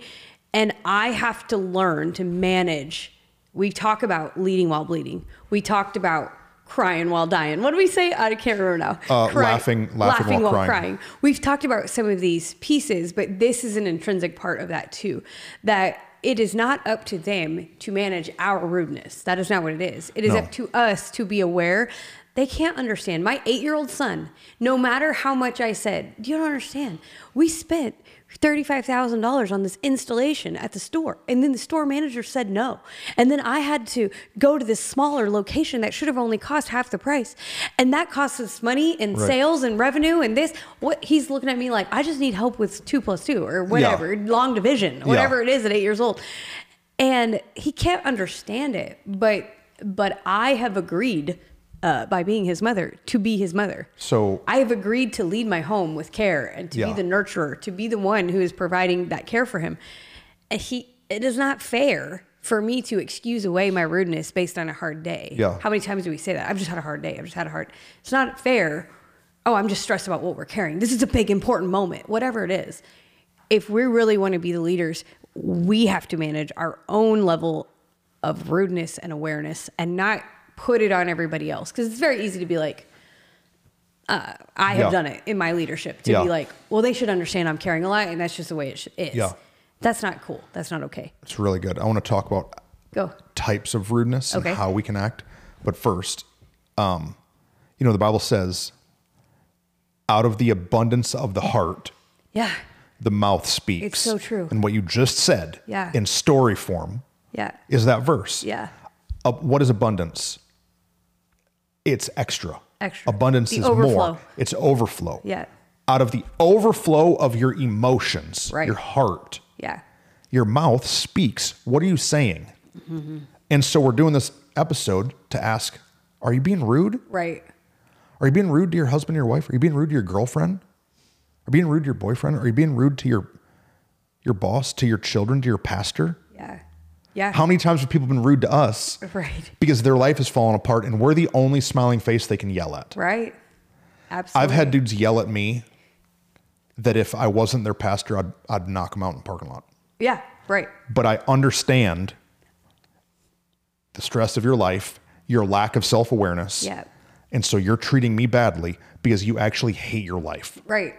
And I have to learn to manage. We talk about leading while bleeding, we talked about crying while dying. What do we say? I can't remember now.
Uh,
Cry-
laughing- laughing while crying.
We've talked about some of these pieces, but this is an intrinsic part of that too. That it is not up to them to manage our rudeness. That is not what it is. It is
No.
up to us to be aware. They can't understand. My eight year old son, no matter how much I said, you don't understand. We spent $35,000 on this installation at the store. And then the store manager said no. And then I had to go to this smaller location that should have only cost half the price. And that costs us money and
Right.
sales and revenue and this. What he's looking at me like, I just need help with two plus two or whatever, long division, whatever it is at eight years old. And he can't understand it, but but I have agreed uh, by being his mother to be his mother.
So
I have agreed to lead my home with care and to
Yeah.
be the nurturer, to be the one who is providing that care for him. And he, it is not fair for me to excuse away my rudeness based on a hard day.
Yeah.
How many times do we say that? I've just had a hard day. I've just had a hard. It's not fair. Oh, I'm just stressed about what we're carrying. This is a big important moment. Whatever it is, if we really want to be the leaders, we have to manage our own level of rudeness and awareness, and not put it on everybody else. Because it's very easy to be like, I have
Yeah.
done it in my leadership to
Yeah.
be like, well, they should understand I'm carrying a lot, and that's just the way it sh- is.
Yeah.
That's not cool. That's not okay.
it's really good. I want to talk about
Go.
types of rudeness and
Okay.
how we can act. But first, um, you know, the Bible says, out of the abundance of the heart,
Yeah.
the mouth speaks.
so true.
And what you just said
Yeah.
in story form
Yeah.
is that verse.
Yeah.
Uh, what is abundance? It's extra.
Extra.
Abundance
The
is
overflow.
more. It's overflow.
Yeah.
Out of the overflow of your emotions,
Right.
your heart,
Yeah.
your mouth speaks. What are you saying?
Mm-hmm.
And so we're doing this episode to ask Are you being rude?
Right.
Are you being rude to your husband, your wife? Are you being rude to your girlfriend? Are you being rude to your boyfriend? Are you being rude to your your boss, to your children, to your pastor?
Yeah. Yeah.
How many times have people been rude to us
<laughs> Right.
because their life has fallen apart and we're the only smiling face they can yell at?
Right. Absolutely.
I've had dudes yell at me that if I wasn't their pastor, I'd, I'd knock them out in the parking lot.
Yeah. Right.
but I understand the stress of your life, your lack of self awareness.
Yeah.
And so you're treating me badly because you actually hate your life.
Right.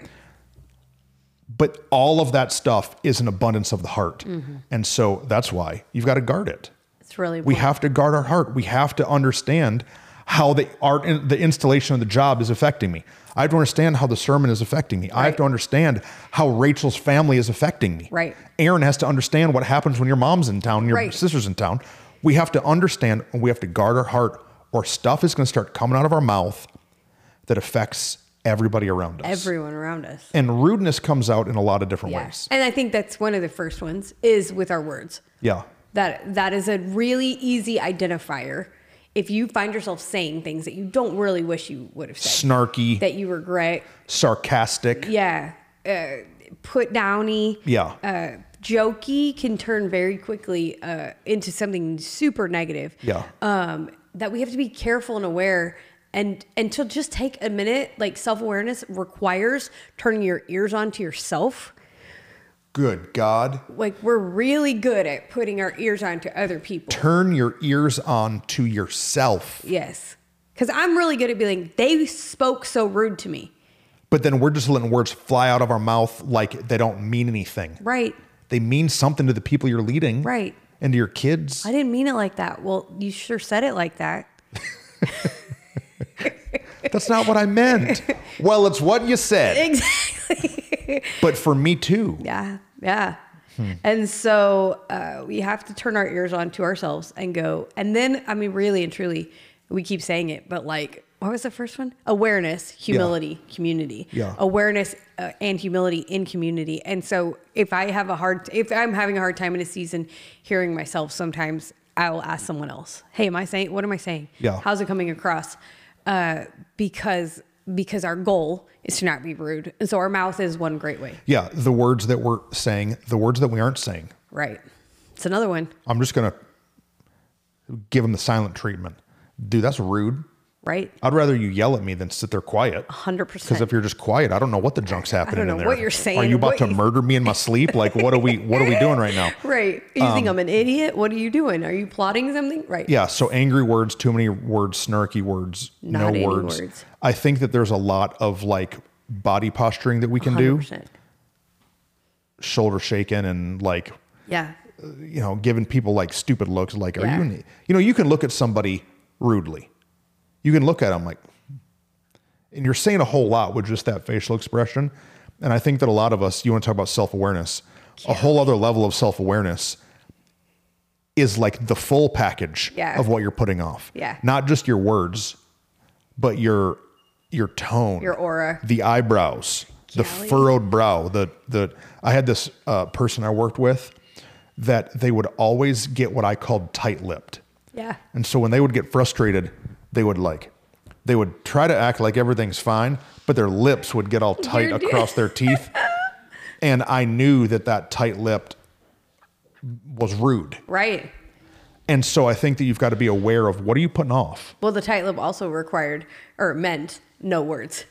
But all of that stuff is an abundance of the heart.
Mm-hmm.
And so that's why you've got to guard it.
It's really
We have to guard our heart. We have to understand how the art in, the installation of the job is affecting me. I have to understand how the sermon is affecting me. I have
Right.
to understand how Rachel's family is affecting me.
Right.
Aaron has to understand what happens when your mom's in town, and your
Right.
sister's in town. We have to understand and we have to guard our heart or stuff is going to start coming out of our mouth that affects everybody around us.
everyone around us.
and rudeness comes out in a lot of different
Yeah.
ways.
And I think that's one of the first ones is with our words.
Yeah.
That that is a really easy identifier. If you find yourself saying things that you don't really wish you would have said,
Snarky,
that you regret,
sarcastic.
yeah, uh, put downy,
Yeah.
uh, jokey can turn very quickly uh, into something super negative.
Yeah.
um, that we have to be careful and aware. And, and to just take a minute, like self awareness requires turning your ears on to yourself.
Good God.
Like, we're really good at putting our ears on to other people.
turn your ears on to yourself.
Yes. Because I'm really good at being, they spoke so rude to me.
But then we're just letting words fly out of our mouth like they don't mean anything.
Right.
They mean something to the people you're leading.
Right.
And to your kids.
I <laughs> didn't mean it like that. Well, you sure said it like that.
That's not what I meant. well, it's what you said.
Exactly. <laughs>
But for me too.
yeah. Yeah.
Hmm.
And so uh, we have to turn our ears on to ourselves and go. And then, I mean, really and truly, we keep saying it, but like, what was the first one? Awareness, humility, community.
Yeah.
Awareness uh, and humility in community. And so, if I have a hard, if I'm having a hard time in a season hearing myself, sometimes I will ask someone else, "Hey, am I saying? What am I saying?
Yeah.
How's it coming across?" Uh, because because our goal is to not be rude, and so our mouth is one great way.
Yeah. The words that we're saying, the words that we aren't saying.
Right. It's another one.
I'm just going to give them the silent treatment. Dude, that's rude.
Right.
I'd rather you yell at me than sit there quiet.
Hundred
Because
percent.
if you're just quiet, I don't know what the junk's happening
know
in there.
what you're
Are
saying,
you about
what
to
you-
murder me in my sleep? Like, what are we? What are we doing right
<laughs>
now?
Right. You think I'm an idiot? What are you doing? Are you plotting something? Right.
Um, Yeah. So angry words, too many words, snarky words,
Not
no
any
words.
words.
I think that there's a lot of like body posturing that we can
Hundred
do,
percent.
shoulder shaking and like
Yeah.
you know giving people like stupid looks. Like, are
Yeah.
you? An, you know, you can look at somebody rudely. You can look at them like, and you're saying a whole lot with just that facial expression. And I think that a lot of us, you want to talk about self awareness, a whole other level of self awareness is like the full package
Yeah.
of what you're putting off.
Yeah.
Not just your words, but your your tone,
Your aura.
the eyebrows, the
Golly.
furrowed brow. The the I had this uh, person I worked with that they would always get what I called tight lipped.
Yeah.
And so when they would get frustrated, they would like, they would try to act like everything's fine, but their lips would get all tight
You're doing-
across their
<laughs>
teeth. And I knew that that tight lipped was rude.
Right.
And so I think that you've got to be aware of what are you putting off?
Well, the tight lip also required or meant no words.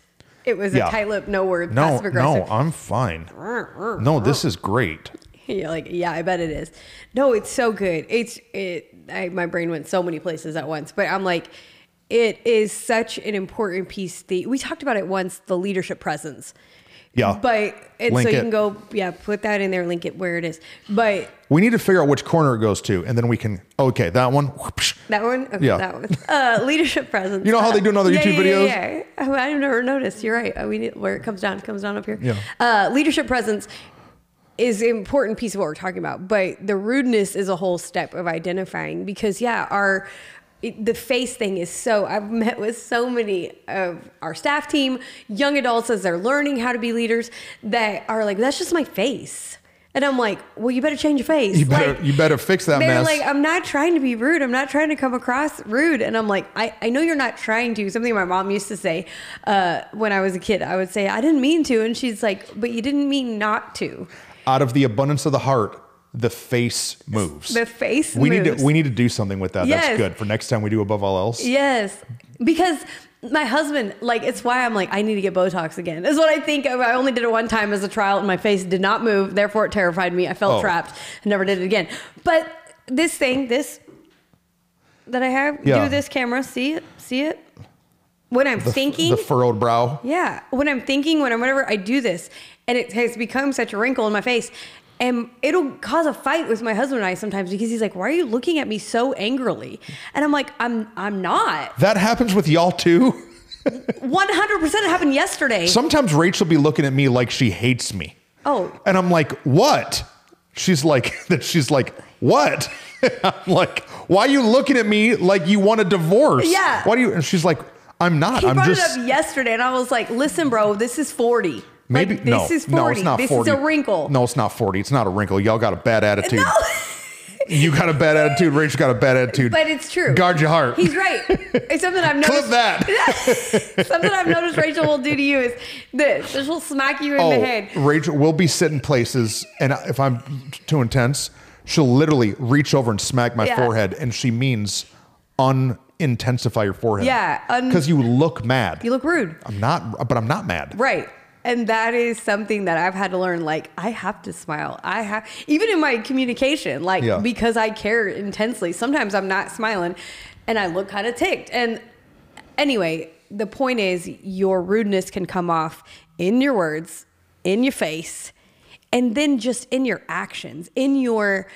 It was
Yeah.
a tight lip, no words,
No,
passive
no,
aggressive.
I'm fine. No, this is great.
<laughs> You're like, yeah, I bet it is. No, it's so good. It's it. I, my brain went so many places at once, but I'm like, it is such an important piece. The we talked about it once, the leadership presence.
Yeah.
But and
Link
so you
it.
can go, yeah, put that in there, link it where it is. But
We need to figure out which corner it goes to, and then we can, okay, that one. whoopsh.
that one, okay,
Yeah.
that one, <laughs> uh, leadership presence.
You know how they do in other
Yeah,
YouTube
yeah,
videos?
Yeah, yeah. Oh, I've never noticed. You're right. Uh, We need, where it comes down, it comes down up here.
Yeah.
Uh, leadership presence is an important piece of what we're talking about, but the rudeness is a whole step of identifying because yeah, our it, the face thing is so. I've met with so many of our staff team, young adults as they're learning how to be leaders that are like, "That's just my face," and I'm like, "Well, you better change your face.
You better,
Like,
you better fix that
they're
mess.
like, uh, I'm not trying to be rude. I'm not trying to come across rude. And I'm like, I, I know you're not trying to. Something my mom used to say uh, when I was a kid. I would say, I didn't mean to. And she's like, but you didn't mean not to.
out of the abundance of the heart, the face moves.
The face
we need
moves.
to we need to do something with that.
Yes.
That's good for next time we do above all else.
Yes. Because my husband, like, it's why I'm like, I need to get Botox again. Is what I think. of. I only did it one time as a trial, and my face did not move. Therefore, it terrified me. I felt
Oh.
trapped. I never did it again. But this thing, this that I have,
Yeah.
do this camera. See it? See it? When I'm thinking,
The furrowed brow.
yeah. When I'm thinking, when I'm whatever, I do this, and it has become such a wrinkle in my face. And it'll cause a fight with my husband and I sometimes because he's like, "Why are you looking at me so angrily?" And I'm like, "I'm I'm not.
That happens with y'all too.
100% it happened yesterday.
Sometimes Rachel be looking at me like she hates me.
Oh.
And I'm like, what? She's like <laughs> that she's like, what? <laughs> I'm like, why are you looking at me like you want a divorce?
Yeah.
Why do you and she's like, I'm not.
he
I'm
brought
just
it up yesterday, and I was like, listen, bro, this is 40.
maybe
like,
no,
this is 40.
no, it's not
this
40.
is a wrinkle.
No, it's not 40. It's not a wrinkle. Y'all got a bad attitude.
<laughs> No.
You got a bad attitude. Rachel got a bad attitude.
But it's true.
Guard your heart.
He's right. It's something I've
<laughs>
noticed.
Clip that.
<laughs> Something I've noticed Rachel will do to you is this. She'll smack you in the head.
Oh, Rachel will be sitting places, and if I'm too intense, she'll literally reach over and smack my
Yeah.
forehead, and she means unintensify your forehead.
Yeah, un-
because you look mad.
You look rude.
I'm not, but I'm not mad.
Right. And that is something that I've had to learn. Like, I have to smile. I have, even in my communication, like,
Yeah.
because I care intensely, sometimes I'm not smiling and I look kind of ticked. And anyway, the point is, your rudeness can come off in your words, in your face, and then just in your actions, in your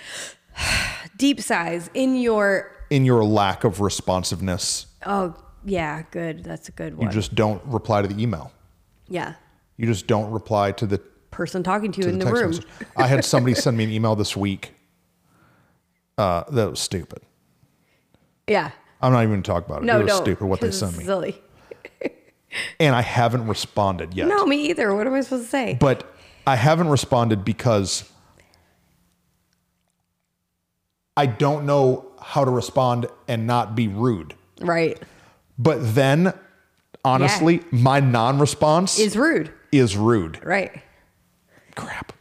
<sighs> deep sighs, in your,
In your lack of responsiveness,
oh, yeah, good. That's a good
you
one.
just don't reply to the email.
yeah.
You just don't reply to the
Person talking to you
to
in the,
text
room.
message. I had somebody send me an email this week. Uh, that was stupid.
Yeah.
I'm not even going to talk about it.
No,
it was
don't.
stupid what they
'cause
sent
it's
me.
Silly.
And I haven't responded yet.
No, me either. What am I supposed to say?
but I haven't responded because I don't know how to respond and not be rude.
right.
But then, honestly, my non-response
Is rude.
is rude.
Right.
Crap.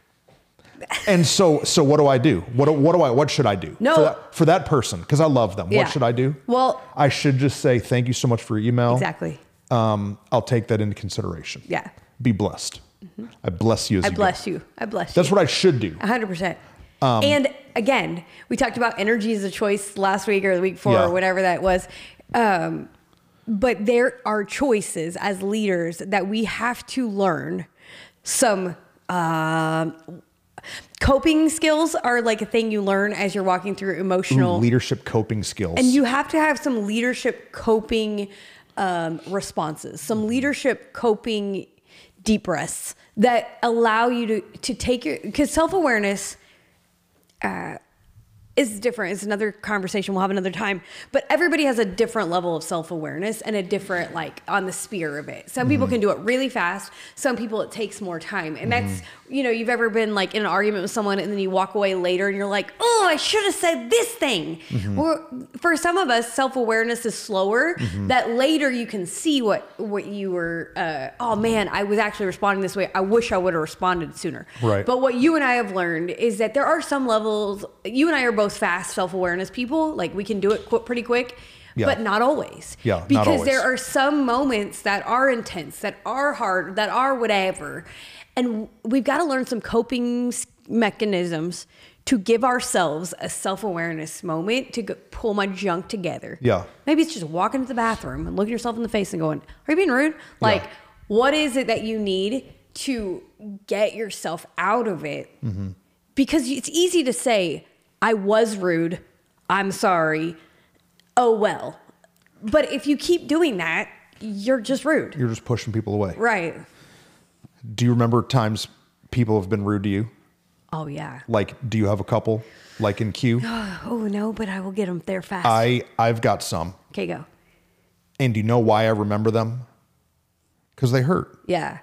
And so, so what do I do? What do, what do I? What should I do
No.
for that, for that person? Because I love them.
Yeah.
What should I do?
Well-
I should just say thank you so much for your email.
Exactly.
Um, I'll take that into consideration.
Yeah. Mm-hmm.
Be blessed. I bless you as
I
you go.
bless you. I bless
That's Um,
you.
what I should do.
100%. and again, we talked about energy as a choice last week or the week before
Yeah.
or whatever that was. Um, but there are choices as leaders that we have to learn some um, coping skills are like a thing you learn as you're walking through emotional
leadership coping skills.
And you have to have some leadership coping um, responses, some leadership coping deep breaths that allow you to to take your because self awareness is different. It's another conversation we'll have another time. But everybody has a different level of self awareness and a different, like, on the spear of it. Some people can do it really fast. Some people it takes more time. And that's, you know, you've ever been like in an argument with someone and then you walk away later and you're like, oh, I should have said this thing. Or for some of us, self awareness is slower. That later you can see what what you were. Uh, oh man, I was actually responding this way. I wish I would have responded sooner.
Right.
But what you and I have learned is that there are some levels. You and I are both fast self awareness people. Like we can do it qu- pretty quick,
Yeah.
but not always.
Yeah, not
Because
always.
there are some moments that are intense, that are hard, that are whatever, and we've got to learn some coping s- mechanisms to give ourselves a self awareness moment to go, pull my junk together.
Yeah.
Maybe it's just walking to the bathroom and looking yourself in the face and going, Are you being rude? Like, what is it that you need to get yourself out of it? Because it's easy to say, I was rude. I'm sorry. Oh, well. But if you keep doing that, you're just rude.
You're just pushing people away.
Right.
Do you remember times people have been rude to you?
Oh, yeah. <sighs>
Like, do you have a couple? Like in queue?
Oh, no, but I will get them there fast.
I I've got some.
okay, go.
And do you know why I remember them? Because they hurt.
Yeah.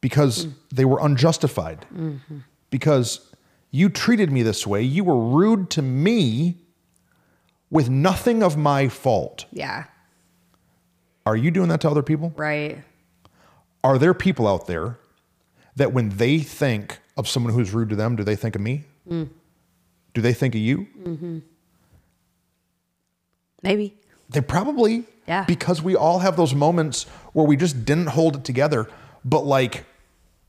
because
Mm.
they were unjustified.
Mm-hmm.
Because you treated me this way, you were rude to me with nothing of my fault.
Yeah.
Are you doing that to other people?
Right.
Are there people out there that when they think of someone who's rude to them, do they think of me?
Mm.
Do they think of you?
Maybe.
They probably.
Yeah.
Because we all have those moments where we just didn't hold it together, but like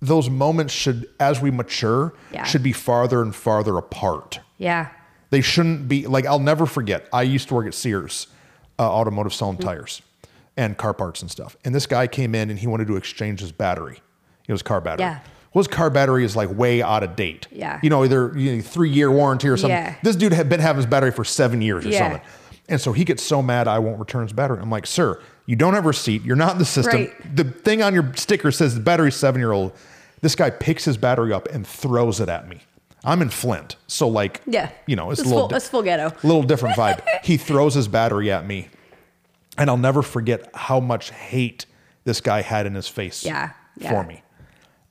those moments should, as we mature,
Yeah.
should be farther and farther apart.
Yeah.
They shouldn't be like I'll never forget. I used to work at Sears, uh, automotive selling
Mm-hmm.
tires and car parts and stuff. And this guy came in and he wanted to exchange his battery. It was car battery.
Yeah.
Well, his car battery is like way out of date.
Yeah.
You know, either you know, three year warranty or something.
Yeah.
This dude had been having his battery for seven years or
Yeah.
something. And so he gets so mad, I won't return his battery. I'm like, sir, you don't have a receipt. You're not in the system.
Right.
The thing on your sticker says the battery's seven year old. This guy picks his battery up and throws it at me. I'm in Flint. So, like,
Yeah.
you know, it's,
It's
a little
full- it's full ghetto.
<laughs> little different
<laughs>
vibe. he throws his battery at me, and I'll never forget how much hate this guy had in his face
Yeah, yeah.
for me.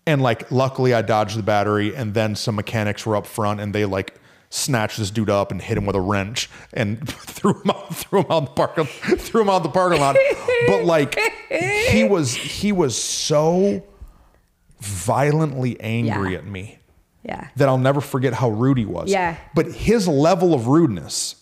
And like, luckily, I dodged the battery, and then some mechanics were up front, and they like snatched this dude up and hit him with a wrench and <laughs> threw him out, threw him out the parking, <laughs> threw him out the parking lot. But like,
<laughs>
he was he was so violently angry
Yeah.
at me
Yeah.
that I'll never forget how rude he was.
Yeah.
But his level of rudeness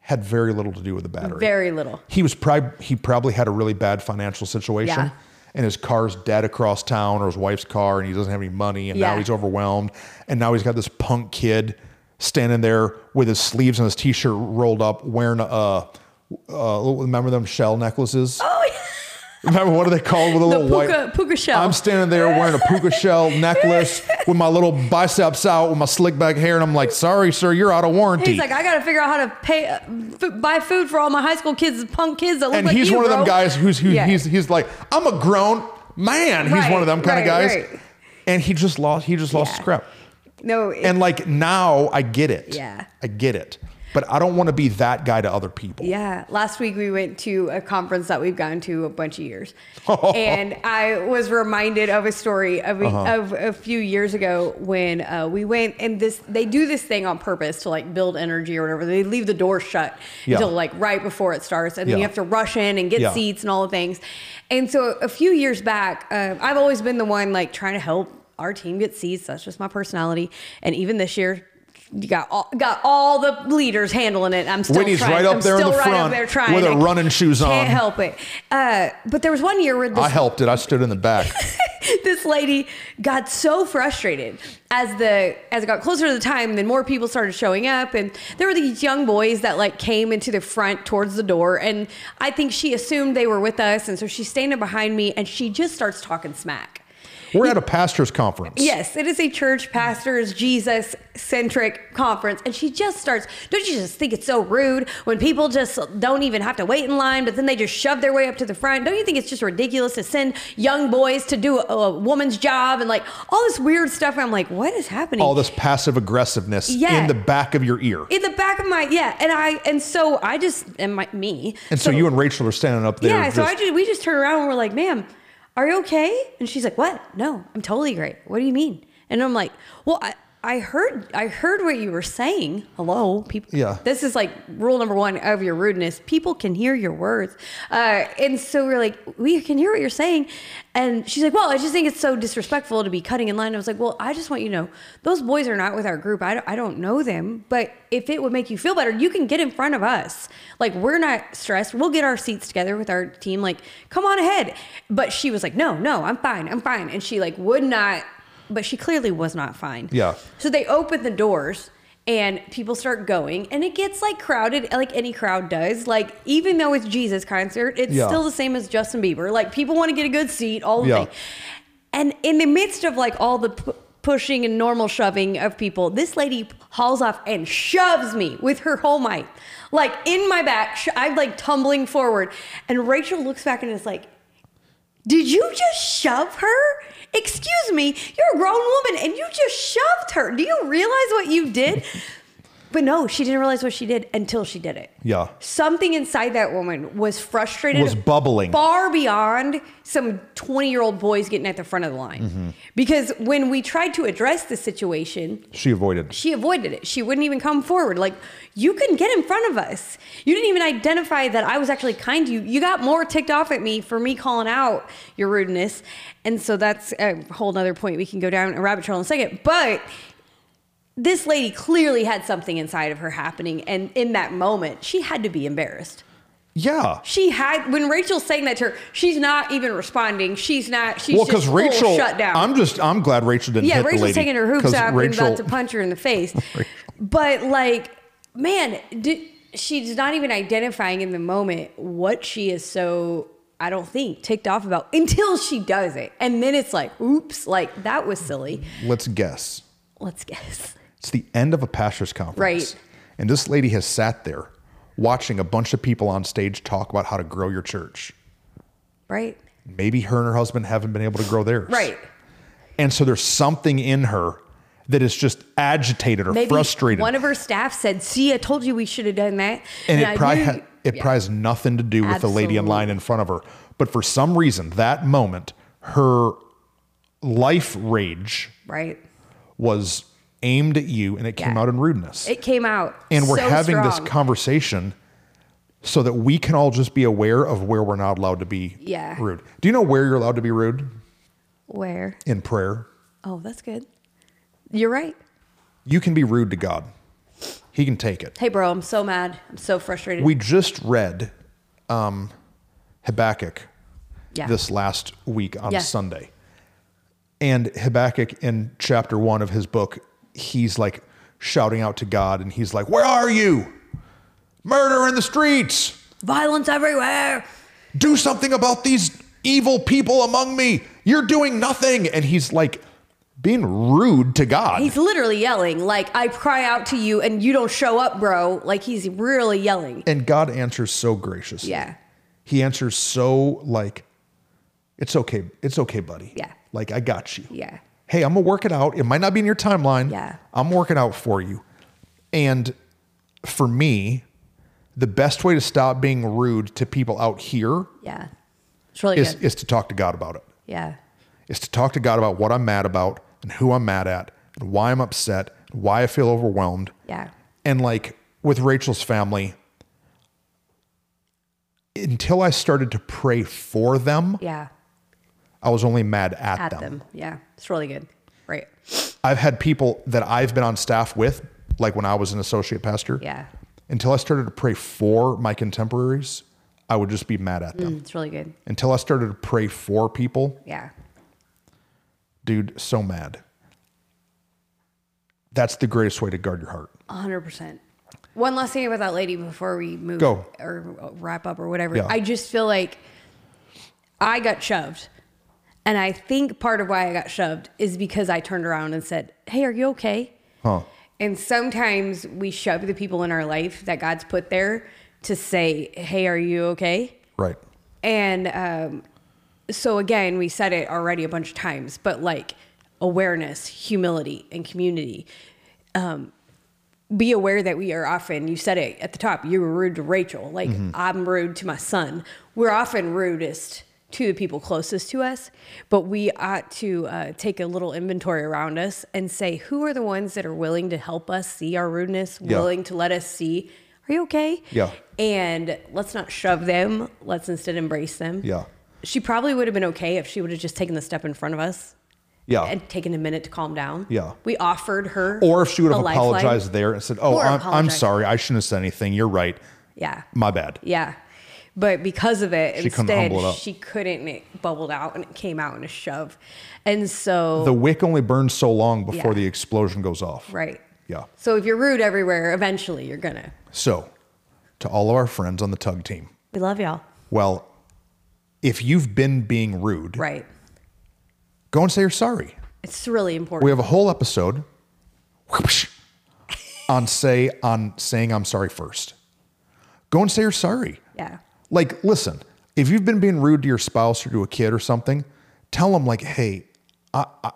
had very little to do with the battery.
Very little.
He was prob- he probably had a really bad financial situation.
Yeah.
And his car's dead across town, or his wife's car, and he doesn't have any money, and now
Yeah.
he's overwhelmed. And now he's got this punk kid standing there with his sleeves and his t-shirt rolled up, wearing uh, uh remember them shell necklaces?
Oh, yeah.
Remember what are they called with a little
puka-
white
puka shell.
I'm standing there wearing a puka shell necklace with my little biceps out with my slick back hair, and I'm like, "Sorry, sir, you're out of warranty."
He's like, I gotta figure out how to pay, uh, f- buy food for all my high school kids, punk kids that look
and
like
he's
you,
one of them
bro."
guys who's who,
Yeah.
he's he's like, "I'm a grown man." he's one of them kind
Right,
of guys,
right, right.
and he just lost he just lost
Yeah.
his crap.
no, it-
And like now, I get it.
Yeah.
I get it. But I don't want to be that guy to other people.
Yeah. Last week we went to a conference that we've gone to a bunch
<laughs>
of years.
Oh.
and I was reminded of a story of a,
Uh-huh.
of a few years ago when uh, we went and this they do this thing on purpose to like build energy or whatever. They leave the door shut
Yeah.
until like right before it starts and then
Yeah.
you have to rush in and get
Yeah.
seats and all the things. And so a few years back, uh, I've always been the one like trying to help our team get seats. That's just my personality. And even this year, you got all, got all the leaders handling it. I'm still
Whitney's
trying.
right up
I'm
there in
still
the
right
front
up there trying
with her
I
running shoes on.
Can't help it. Uh, but there was one year where this
I helped it. I stood in the back.
<laughs> this lady got so frustrated as the as it got closer to the time then more people started showing up and there were these young boys that like came into the front towards the door and i think she assumed they were with us and so she's standing behind me and she just starts talking smack
We're at a pastor's conference.
Yes, it is a church pastors, Jesus centric conference. And she just starts, don't you just think it's so rude when people just don't even have to wait in line, but then they just shove their way up to the front? Don't you think it's just ridiculous to send young boys to do a, a woman's job and like all this weird stuff? And I'm like, what is happening?
All this passive aggressiveness
Yeah.
in the back of your ear.
in the back of my yeah, and I and so I just and my me
and so, you and Rachel are standing up there.
yeah, so I
just-
just we just turn around and we're like, "Ma'am, are you okay?" And she's like, "What? No, I'm totally great. What do you mean?" And I'm like, "Well, I, I heard I heard what you were saying. Hello, people.
Yeah.
this is like rule number one of your rudeness. People can hear your words, uh, and so we're like, we can hear what you're saying. And she's like, "Well, I just think it's so disrespectful to be cutting in line." I was like, "Well, I just want you to know those boys are not with our group. I don't, I don't know them, but if it would make you feel better, you can get in front of us. Like we're not stressed. We'll get our seats together with our team. Like come on ahead." But she was like, "No, no, I'm fine. I'm fine." And she like would not. But she clearly was not fine.
Yeah.
So they open the doors and people start going and it gets like crowded like any crowd does. Like even though it's Jesus concert, it's
Yeah.
still the same as Justin Bieber. Like people want to get a good seat, all the
Yeah.
thing. And in the midst of like all the p- pushing and normal shoving of people, this lady hauls off and shoves me with her whole might. Like in my back, sh- I'm like tumbling forward and Rachel looks back and is like did you just shove her? Excuse me, you're a grown woman and you just shoved her. Do you realize what you did? but no, she didn't realize what she did until she did it.
yeah.
Something inside that woman was frustrated.
Was bubbling.
Far beyond some 20 year old boys getting at the front of the line.
Mm-hmm.
Because when we tried to address the situation,
She avoided.
she avoided it. She wouldn't even come forward. Like, you couldn't get in front of us. You didn't even identify that I was actually kind to you. You got more ticked off at me for me calling out your rudeness. And so that's a whole nother point we can go down a rabbit trail in a second. But this lady clearly had something inside of her happening. And in that moment, she had to be embarrassed
Yeah.
she had when Rachel's saying that to her, she's not even responding. She's not. She's
Well,
just
because
full
Rachel,
shut down.
I'm just, I'm glad Rachel didn't
yeah,
hit the
Rachel's
lady.
taking her hoops
'cause
out
Rachel,
and about to punch her in
<laughs>
the face. but like, man, d she's not even identifying in the moment what she is so. I don't think ticked off about until she does it, and then it's like, oops, like that was silly.
Let's guess.
Let's guess.
It's the end of a pastor's conference.
Right.
And this lady has sat there watching a bunch of people on stage talk about how to grow your church.
Right.
Maybe her and her husband haven't been able to grow theirs.
Right.
And so there's something in her that is just agitated or
Maybe
frustrated.
one of her staff said, "See, I told you we should have done that."
and it probably
I
ha-
knew-
it
Yeah.
probably has nothing to do with the lady in
Absolutely.
line in front of her. But for some reason, that moment, her life rage
right.
was aimed at you and it came
Yeah.
out in rudeness.
It came out.
and we're
so
having this
strong.
conversation so that we can all just be aware of where we're not allowed to be
Yeah.
rude. Do you know where you're allowed to be rude?
Where?
In prayer.
Oh, that's good. You're right.
You can be rude to God. He can take it.
Hey, bro, I'm so mad. I'm so frustrated.
We just read um, Habakkuk
Yeah.
this last week on
Yeah.
Sunday. And Habakkuk in chapter one of his book, he's like shouting out to God and he's like, Where are you? Murder in the streets.
Violence everywhere.
do something about these evil people among me. You're doing nothing. And he's like being rude to God.
He's literally yelling, like, I cry out to you and you don't show up, bro. Like, he's really yelling.
and God answers so graciously.
Yeah.
He answers so like, it's okay. It's okay, buddy.
Yeah.
Like, I got you.
Yeah.
Hey, I'm gonna work it out. It might not be in your timeline.
Yeah.
I'm working out for you. And for me, the best way to stop being rude to people out here
Yeah. It's really
is,
good.
is to talk to God about it.
yeah.
is to talk to God about what I'm mad about and who I'm mad at and why I'm upset, and why I feel overwhelmed.
Yeah.
And like with Rachel's family, until I started to pray for them,
Yeah.
I was only mad at,
At
them.
them. Yeah. It's really good. Right.
I've had people that I've been on staff with, like when I was an associate pastor.
Yeah.
Until I started to pray for my contemporaries, I would just be mad at them.
It's really good.
Until I started to pray for people,
Yeah.
dude, so mad. That's the greatest way to guard your heart.
100%. One last thing about that lady before we move
Go.
or wrap up or whatever.
Yeah.
I just feel like I got shoved And I think part of why I got shoved is because I turned around and said, Hey, are you okay?
Huh.
And sometimes we shove the people in our life that God's put there to say, Hey, are you okay?
Right.
And um, so, again, we said it already a bunch of times, but like awareness, humility, and community. Um, be aware that we are often, you said it at the top, you were rude to Rachel. Like,
Mm-hmm.
I'm rude to my son. We're often rudest to the people closest to us, but we ought to uh, take a little inventory around us and say, who are the ones that are willing to help us see our rudeness,
Yeah.
willing to let us see, are you okay?
Yeah.
And let's not shove them, let's instead embrace them.
Yeah.
She probably would have been okay if she would have just taken the step in front of us
Yeah.
and taken a minute to calm down.
Yeah.
We offered her.
or if she would
a
have
lifeline.
apologized there and said, "Oh,
Or
I'm, I'm
apologized.
sorry. I shouldn't have said anything. You're right.
Yeah.
My bad."
Yeah. But because of it,
She couldn't
instead,
humble it up.
she couldn't. and It bubbled out and it came out in a shove. And so,
The wick only burns so long before
Yeah.
the explosion goes off.
right.
Yeah.
So if you're rude everywhere, eventually you're going to.
So, to all of our friends on the tug team,
We love y'all.
well, if you've been being rude,
Right.
go and say you're sorry.
It's really important.
We have a whole episode whoopsh, on say on saying I'm sorry first. Go and say you're sorry.
yeah.
Like, listen, if you've been being rude to your spouse or to a kid or something, tell them like, hey, I, I,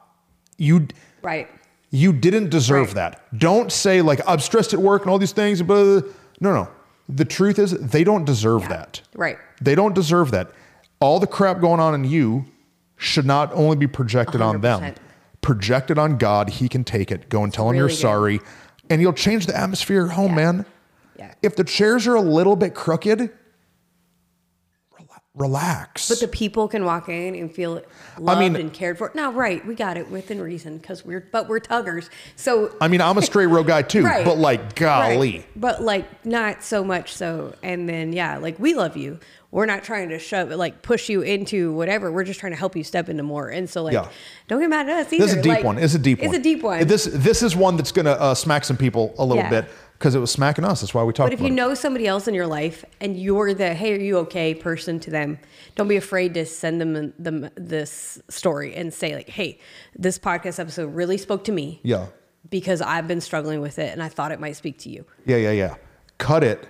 you
Right.
you didn't deserve
Right.
that. Don't say like I'm stressed at work and all these things. Blah, blah, blah. No, no. The truth is they don't deserve that.
Right.
They don't deserve that. All the crap going on in you should not only be projected on them,
100%.
projected on God. He can take it. Go and tell him you're
really good.
sorry, and you'll change the atmosphere at home,
Yeah.
man.
Yeah.
If the chairs are a little bit crooked, rela- relax.
But the people can walk in and feel loved
mean-
and cared for. No, right. We got it within reason because we're, but we're tuggers. So
I mean, I'm a straight road guy too,
<laughs> Right.
but like,
Right.
golly.
But like not so much so. And then yeah, like we love you. We're not trying to shove like push you into whatever. We're just trying to help you step into more. And so like
Yeah.
don't get mad at us either.
This is a deep
Like,
one. It's a deep
it's
one.
a deep one.
This this is one that's gonna uh, smack some people a little
Yeah.
bit because it was smacking us. That's why we talked
but if
about
you
it.
know somebody else in your life and you're the hey are you okay person to them, don't be afraid to send them the, this story and say like hey this podcast episode really spoke to me
Yeah,
because I've been struggling with it and I thought it might speak to you.
yeah, yeah, yeah. Cut it.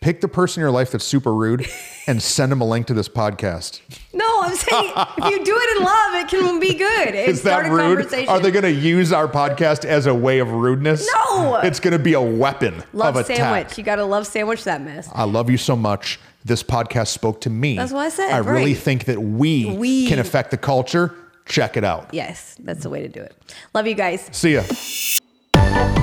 Pick the person in your life that's super rude and send them a link to this
<laughs>
podcast.
No, I'm saying if you do it in love, it can be good.
<laughs>
It
Is that
start a
rude?
Conversation.
Are they going to use our podcast as a way of rudeness?
No!
It's going to be a weapon
love
of
sandwich?
attack.
You got to love sandwich that mess.
I love you so much. This podcast spoke to me.
That's what I said,
I really
right.
think that we,
We-
can affect the culture. Check it out.
Yes, that's the way to do it. Love you guys.
See ya.
Thank